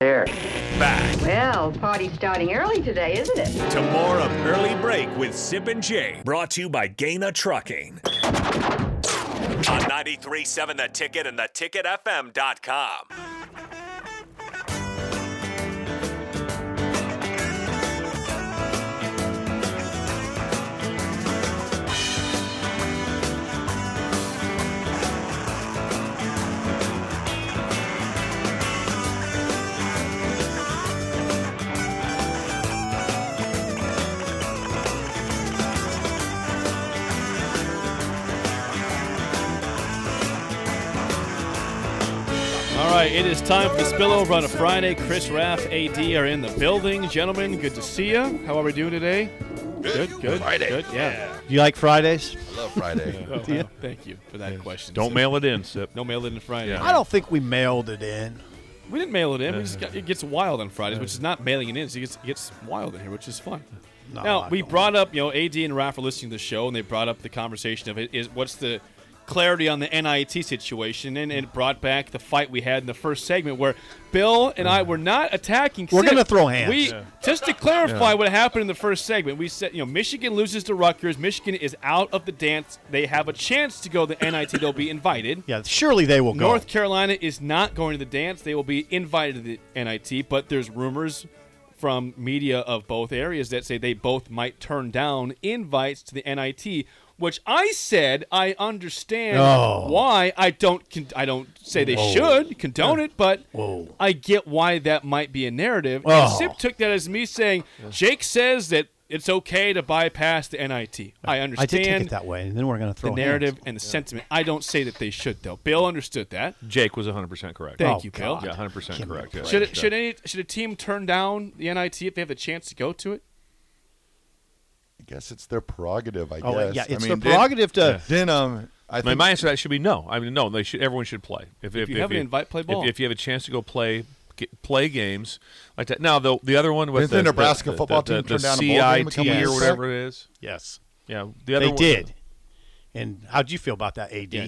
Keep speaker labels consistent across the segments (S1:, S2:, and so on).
S1: There.
S2: Back
S1: Well, party's starting early today, isn't it?
S2: to more of Early Break with Sip and Jay, brought to you by Gaina Trucking. On 93.7 The Ticket and theticketfm.com.
S3: All right, it is time for the spillover on a Friday. Chris Raff, AD, are in the building. Gentlemen, good to see you. How are we doing today? Good, good.
S4: Friday.
S3: Good, yeah.
S5: Do you like Fridays?
S4: Love Friday.
S3: Oh, wow. Thank you for that question.
S6: Don't
S3: Sip.
S6: mail it Uh, in, Sip.
S3: No mail it in Friday.
S5: I don't think we mailed it in.
S3: We didn't mail it in. We just got, it gets wild on Fridays, which is not mailing it in. So it gets, it gets wild in here, which is fun.
S5: No,
S3: now
S5: I
S3: we
S5: don't.
S3: brought up, you know, AD and Raph are listening to the show, and they brought up the conversation of it is what's the clarity on the NIT situation, and it brought back the fight we had in the first segment where Bill and I were not attacking.
S5: We're
S3: Sid.
S5: gonna throw hands.
S3: We just to clarify what happened in the first segment. We said, you know, Michigan loses to Rutgers. Michigan is out of the dance. They have a chance to go to the NIT. They'll be invited.
S5: Yeah, surely they will go.
S3: North Carolina is not going to the dance. They will be invited to the NIT, but there's rumors from media of both areas that say they both might turn down invites to the NIT, which I said I understand
S5: Oh.
S3: why I don't con- I don't say they should condone it, but
S5: Whoa.
S3: I get why that might be a narrative. And
S5: Oh.
S3: Sip took that as me saying Jake says that it's okay to bypass the NIT. I
S5: I did
S3: understand
S5: take it that way, and then we're going to
S3: the
S5: throw
S3: narrative
S5: hands.
S3: and the sentiment. I don't say that they should though. Bill understood that.
S6: Jake was 100% correct.
S3: Thank
S5: Oh,
S3: you, Bill.
S5: God.
S6: Yeah, 100% correct. yeah.
S3: Should, should any should a team turn down the NIT if they have the chance to go to it?
S4: I guess it's their prerogative. I
S5: Oh,
S4: guess.
S5: yeah,
S4: I
S5: it's
S4: mean,
S5: their
S4: did-
S5: prerogative to.
S4: Then um, I
S6: my,
S4: think
S6: my answer to that should be no. I mean, no. They should. Everyone should play. If,
S3: you have an invite, play
S6: if-
S3: ball.
S6: If, you have a chance to go play, get, play games like that. Now the the other one with
S4: Didn't the Nebraska
S6: the, the,
S4: football
S6: the,
S4: team
S6: the,
S4: turn down a bowl game a
S6: CIT
S4: couple
S5: years
S6: or whatever it is.
S5: Yes,
S6: Yeah, the other
S5: they
S6: one,
S5: did. And how'd you feel about that, AD?
S3: Yeah.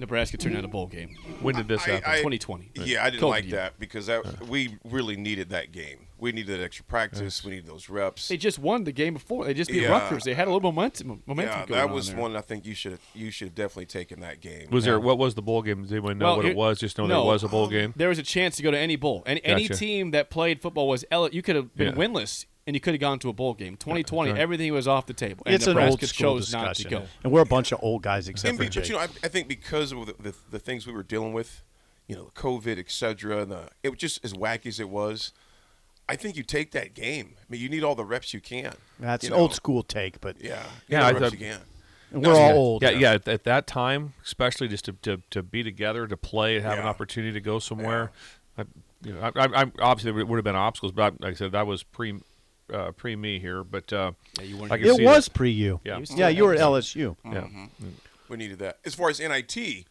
S3: Nebraska turned out a bowl game.
S6: When did this happen?
S7: I-
S3: 2020.
S7: Yeah, I didn't
S3: COVID
S7: like
S3: year.
S7: that because
S5: Uh.
S7: that we really needed that game. We needed that extra practice. We needed those reps.
S3: They just won the game before. They just beat
S7: Yeah.
S3: Rutgers. They had a little momentum. momentum
S7: yeah,
S3: going
S7: that
S3: on
S7: was
S3: there.
S7: one I think you should you should have definitely taken that game.
S6: was there? What was the bowl game? Did anyone know
S3: Well,
S6: what it,
S3: it-
S6: was? Just know
S3: no.
S6: there was a bowl game.
S3: There was a chance to go to any bowl, and any
S6: Gotcha.
S3: team that played football was el- you could have been
S6: Yeah.
S3: winless, and you could have gone to a bowl game. 2020, everything was off the table. And
S5: It's an
S3: Nebraska
S5: old school
S3: chose
S5: discussion,
S3: not to go.
S5: and we're a bunch of old guys except
S7: And
S5: for
S7: be, but
S5: Jake.
S7: you know, I, I think because of the, the, the things we were dealing with, you know, COVID, et cetera, and the, it was just as wacky as it was. I think you take that game. I mean, you need all the reps you can.
S5: That's
S7: you
S5: an old
S7: know.
S5: school take, but
S7: Yeah,
S6: Yeah,
S7: yeah,
S6: I
S7: reps
S6: thought-
S7: you can.
S5: we're all old.
S6: Yeah,
S5: now.
S6: yeah. At, at that time, especially just to, to, to be together, to play, and have an
S7: Yeah.
S6: opportunity to go somewhere. I, you know, I, I, I obviously there would have been obstacles, but I, like I said, that was pre uh, pre me here. But uh,
S3: Yeah, you weren't
S6: I can
S3: here.
S5: It
S6: see
S5: was pre you.
S6: Yeah. You
S3: still
S5: yeah, you were at
S3: had
S5: LSU.
S6: That, yeah.
S3: Mm-hmm.
S7: We needed that. As far as NIT,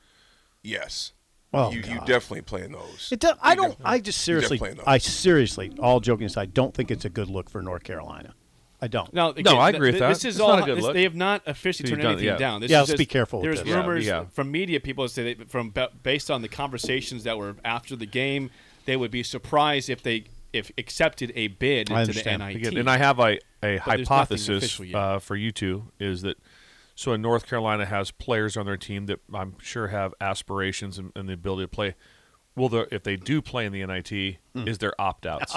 S7: yes.
S5: Oh,
S7: you, you
S5: God.
S7: definitely playing those.
S5: It do, I
S7: You
S5: don't.
S7: definitely-
S5: I just
S7: you
S5: seriously.
S7: definitely know.
S5: I seriously, all joking aside, don't think it's a good look for North Carolina. I don't.
S3: Now, again,
S6: I
S3: th-
S6: agree with
S3: th-
S6: that.
S3: This is
S6: It's
S3: all.
S6: not a good
S3: this-
S6: look.
S3: They have not officially
S6: So you've
S3: turned
S6: done-
S3: anything
S6: yeah.
S3: down. This
S5: Yeah,
S3: is
S5: let's
S3: just-
S5: be careful with
S3: There's
S5: this.
S6: Yeah,
S3: rumors
S6: yeah.
S3: from media people that say that from ba- based on the conversations that were after the game, they would be surprised if they if accepted a bid
S5: I
S3: to the
S5: understand.
S3: NIT.
S6: Again, and I have a, a
S3: But there's nothing
S6: hypothesis
S3: official yet.
S6: uh, for you two is that so in North Carolina has players on their team that I'm sure have aspirations and, and the ability to play. Will there, if they do play in the NIT,
S3: Hmm.
S6: is there opt outs?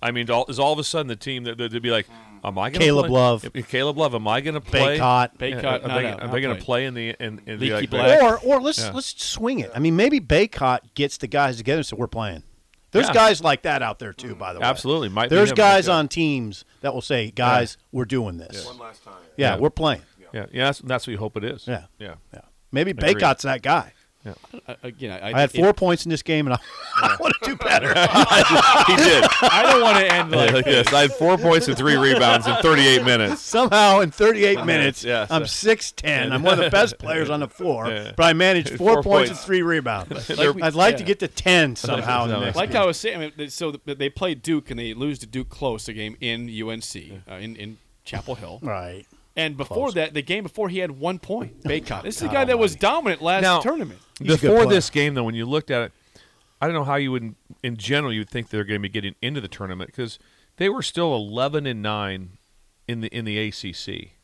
S6: I mean, all, is all of a sudden the team that that- they'd be like, "Am I going to
S5: Caleb
S6: play?
S5: Love.
S6: If- Caleb Love, am I going to play?
S5: Baycott.
S6: Yeah,
S3: Baycott,
S6: are
S3: not
S6: they,
S3: out,
S6: are
S3: not
S6: they going
S3: played.
S6: to play in the in, in
S3: Leaky
S6: the like,
S3: Black.
S5: Or or let's
S6: Yeah.
S5: let's swing it. I mean, maybe Baycott gets the guys together and said, "We're playing." There's
S6: Yeah.
S5: guys like that out there too, by the way.
S6: Absolutely. Might be
S5: There's
S6: him,
S5: guys
S6: yeah.
S5: on teams that will say, "Guys, we're doing this. Yeah,
S7: One last time.
S6: Yeah.
S5: we're playing."
S6: Yeah, yeah, that's, that's what you hope it is.
S5: Yeah.
S6: yeah.
S5: Yeah. Maybe
S6: Agreed.
S5: Baycott's that guy.
S3: I, again, I,
S5: I had
S3: it-
S5: four points in this game, and I, I want to do better.
S6: he did.
S3: I don't want to end like.
S6: like this. I had four points and three rebounds in 38 minutes.
S5: Somehow, in 38 minutes,
S6: yeah,
S5: I'm 6'10". I'm one of the best players on the floor,
S6: Yeah.
S5: but I managed four,
S6: Four
S5: points and
S6: points.
S5: three rebounds.
S3: Like we-
S5: I'd like to
S3: yeah.
S5: get to 10 somehow. in the
S6: Like
S5: next
S3: Like
S5: game.
S3: I was saying, I mean, they- so th- they play Duke and they lose to Duke close a game in UNC uh, in in Chapel Hill.
S5: Right.
S3: And before
S5: Close.
S3: that, the game before he had one point. Baycott. This is the guy that was dominant last
S6: Now-
S3: tournament.
S5: He's a good
S6: Before
S5: player.
S6: this game, though, when you looked at it, I don't know how you would, in general, you would think they're going to be getting into the tournament because they were still eleven and nine in the in the ACC.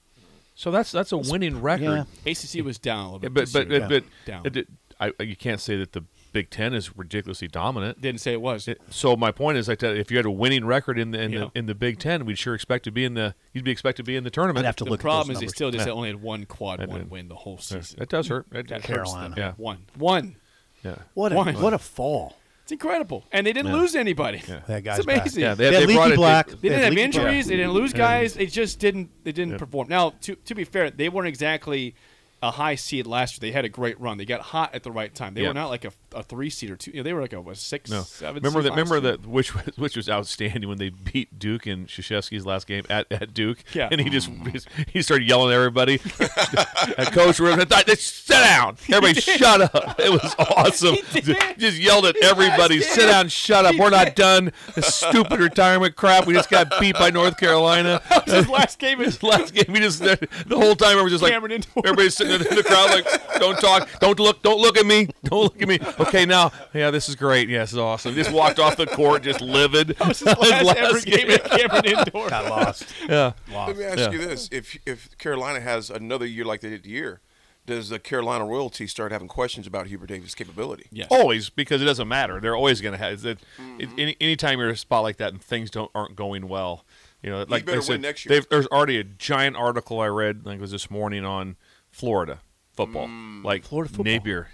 S6: So that's that's a winning record.
S5: yeah.
S3: ACC was down a little
S6: Yeah,
S3: bit.
S6: but
S3: this
S6: but
S3: year.
S6: but,
S3: Down.
S6: it- it- I, you can't say that the Big Ten is ridiculously dominant.
S3: didn't say it was.
S6: It- So my point is, like, that if you had a winning record in the in,
S3: Yeah.
S6: the in the Big Ten, we'd sure expect to be in the. You'd be expected to be in the
S5: I'd
S6: tournament.
S5: have to
S3: the
S5: look.
S3: problem is
S5: at those
S3: they
S5: numbers.
S3: still just had only had one quad
S6: That
S3: one
S6: did.
S3: win the whole season.
S6: It does hurt. It hurts them.
S5: Carolina.
S6: Yeah.
S3: One, one.
S6: Yeah.
S5: what a,
S3: Why?
S5: what a fall.
S3: It's incredible, and they didn't lose anybody.
S5: That guy's
S3: it's amazing.
S6: Yeah,
S5: They,
S6: They-
S5: had
S6: they brought
S5: Leaky
S6: it-
S5: Black.
S6: they-
S3: They didn't
S5: had
S3: have
S5: Leaky Black.
S3: injuries. They didn't lose guys. They just didn't. They didn't perform. Now, to to be fair, they weren't exactly a high seed last year. They had a great run. They got hot at the right time. They
S6: Yeah.
S3: were not like a, a three seed or two. You know, they were like a, what, six,
S6: No.
S3: seven.
S6: remember
S3: seed
S6: that?
S3: last
S6: Remember
S3: year.
S6: that? Which was which was outstanding when they beat Duke in Krzyzewski's last game at, at Duke.
S3: Yeah.
S6: And he just he started yelling at everybody. at Coach Rivers, I thought, "Just sit down. Everybody, shut up. It was awesome.
S3: did.
S6: Just yelled at everybody. Sit down. Shut up. We're not done. This stupid retirement crap. We just got beat by North Carolina.
S3: That was his last game. Is
S6: His last game, he just the whole time I was just like
S3: Cameron Indoor.
S6: everybody's sitting in the crowd like, don't talk, don't look, don't look at me, don't look at me. Okay, now, yeah, this is great. Yes, it's awesome. Just walked off the court, just livid.
S3: that was his last, ever game at Cameron Indoor.
S5: Got lost.
S6: Yeah,
S7: Let me ask you this: if if Carolina has another year like they did the year, does the Carolina royalty start having questions about Hubert Davis' capability?
S3: Yes.
S6: always because it doesn't matter. They're always going to have. It's, it, it, any anytime you're in a spot like that and things don't aren't going well, you know, like
S7: better
S6: they said,
S7: win next year.
S6: they've- there's already a giant article I read. I think it was this morning on Florida football, like
S5: Florida football.
S6: Napier.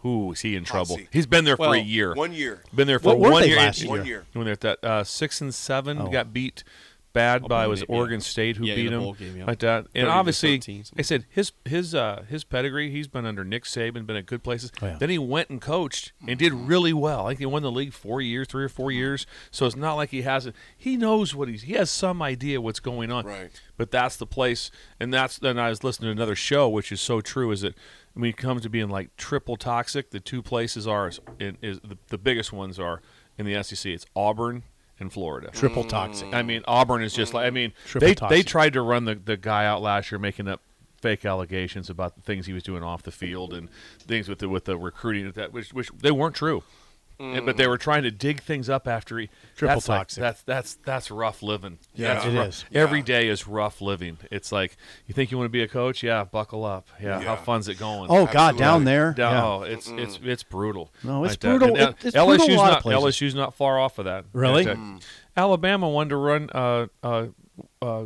S6: Who is he in trouble?
S7: Mm. seat.
S6: He's been there
S3: Well,
S6: for a year.
S7: One year.
S6: Been there for
S5: What were
S6: one
S5: they
S6: year.
S5: last
S6: and-
S5: year?
S7: One year.
S6: When they're at that uh, six and seven,
S5: Oh.
S6: got beat bad by was
S3: yeah.
S6: Oregon State who
S3: Yeah, in
S6: beat
S3: the
S6: him
S3: bowl game, yeah.
S6: like that.
S3: 30
S6: And
S3: to
S6: obviously,
S3: 13, something
S6: I said his his uh, his pedigree. He's been under Nick Saban, been at good places.
S5: Oh, yeah.
S6: Then he went and coached and did really well. I think he won the league four years, three or four years. So it's not like he hasn't. He knows what he's. He has some idea what's going on.
S7: Right.
S6: But that's the place, and that's. Then I was listening to another show, which is so true. Is that when it comes to being like triple toxic, the two places are is, is the, the biggest ones are in the SEC. It's Auburn and Florida.
S5: Triple toxic.
S6: I mean, Auburn is just like I mean,
S5: Triple
S6: they they
S5: toxic.
S6: tried to run the, the guy out last year, making up fake allegations about the things he was doing off the field and things with the with the recruiting and that which which they weren't true, And- but
S7: Mm.
S6: they were trying to dig things up after he
S5: Triple
S6: that's like-
S5: toxic.
S6: that's that's that's rough living.
S7: Yeah.
S6: that's
S5: It
S6: rough.
S5: is.
S6: Every day is rough living. It's like you think you want to be a coach, yeah, buckle up, yeah.
S7: Yeah.
S6: How fun's it going?
S5: Oh God, down
S7: Absolutely.
S5: there.
S6: Down-
S5: Yeah.
S6: oh, it's it's it's brutal.
S5: No, it's
S6: that.
S5: brutal.
S6: And
S5: It- it's
S6: LSU's
S5: brutal a lot of
S6: not
S5: places.
S6: LSU's not far off of that.
S5: Really?
S6: That- Alabama wanted to run uh, uh, uh,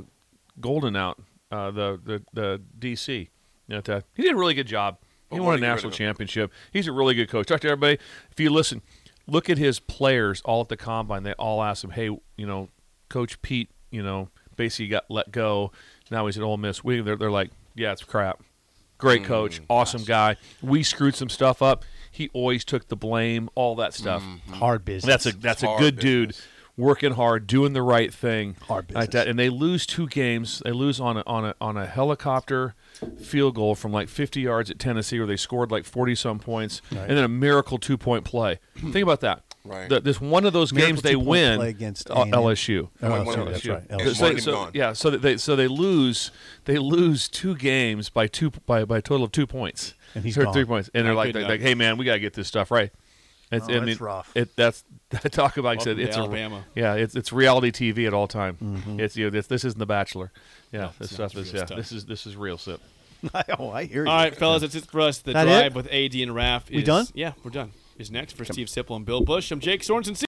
S6: Golden out uh, the the the DC. That, uh, he did a really good job. He won
S7: Well,
S6: a
S7: wanna get rid
S6: national
S7: of him.
S6: championship. He's a really good coach. Talk to everybody. If you listen, look at his players all at the combine. They all asked him, "Hey, you know, Coach Pete, you know, basically got let go. Now he's at Ole Miss." We they're, they're like, "Yeah, it's crap. Great coach, awesome guy. We screwed some stuff up. He always took the blame. All that stuff.
S5: Hard business.
S6: Mm. That's a that's a
S7: hard
S6: good dude
S7: business.
S6: working hard, doing the right thing.
S5: Hard
S6: Like
S5: business.
S6: that. And they lose two games. They lose on a, on a on a helicopter field goal from like 50 yards at Tennessee where they scored like 40 some points and then a miracle two-point play. Think about that.
S7: Right.
S6: The, this one of those
S5: Miracle
S6: games they
S5: two-point
S6: win
S5: play against
S6: uh,
S5: A&M.
S6: LSU.
S5: Oh,
S7: one
S5: sorry,
S7: of
S5: that's
S7: those,
S5: right.
S7: yeah.
S5: LSU.
S7: It's
S6: So,
S7: Martin
S6: so-
S7: gone.
S6: yeah, so that they so they lose they lose two games by two by by a total of two points
S5: And he's
S6: or
S5: gone.
S6: three points, and they're
S3: Not
S6: like,
S3: good
S6: they're
S3: enough.
S6: like, hey man, we gotta get this stuff right. It's,
S5: Oh,
S6: I
S5: that's
S6: mean,
S5: rough.
S6: It, that's talk about like I
S3: Welcome
S6: said,
S3: to
S6: it's a-
S3: Alabama.
S6: yeah, it's it's reality TV at all time.
S5: Mm-hmm.
S6: It's you know, this this isn't The Bachelor. Yeah, this
S3: not.
S6: stuff
S3: It's
S6: is
S3: real
S6: yeah,
S3: stuff.
S6: this is this is real sip.
S5: oh, I hear you.
S3: All right, fellas, that's it for us. The
S5: That
S3: drive
S5: it?
S3: with AD and Raph. Is,
S5: We done?
S3: Yeah, we're done. Is next for Steve Sipple and Bill Bush. I'm Jake Sorensen. See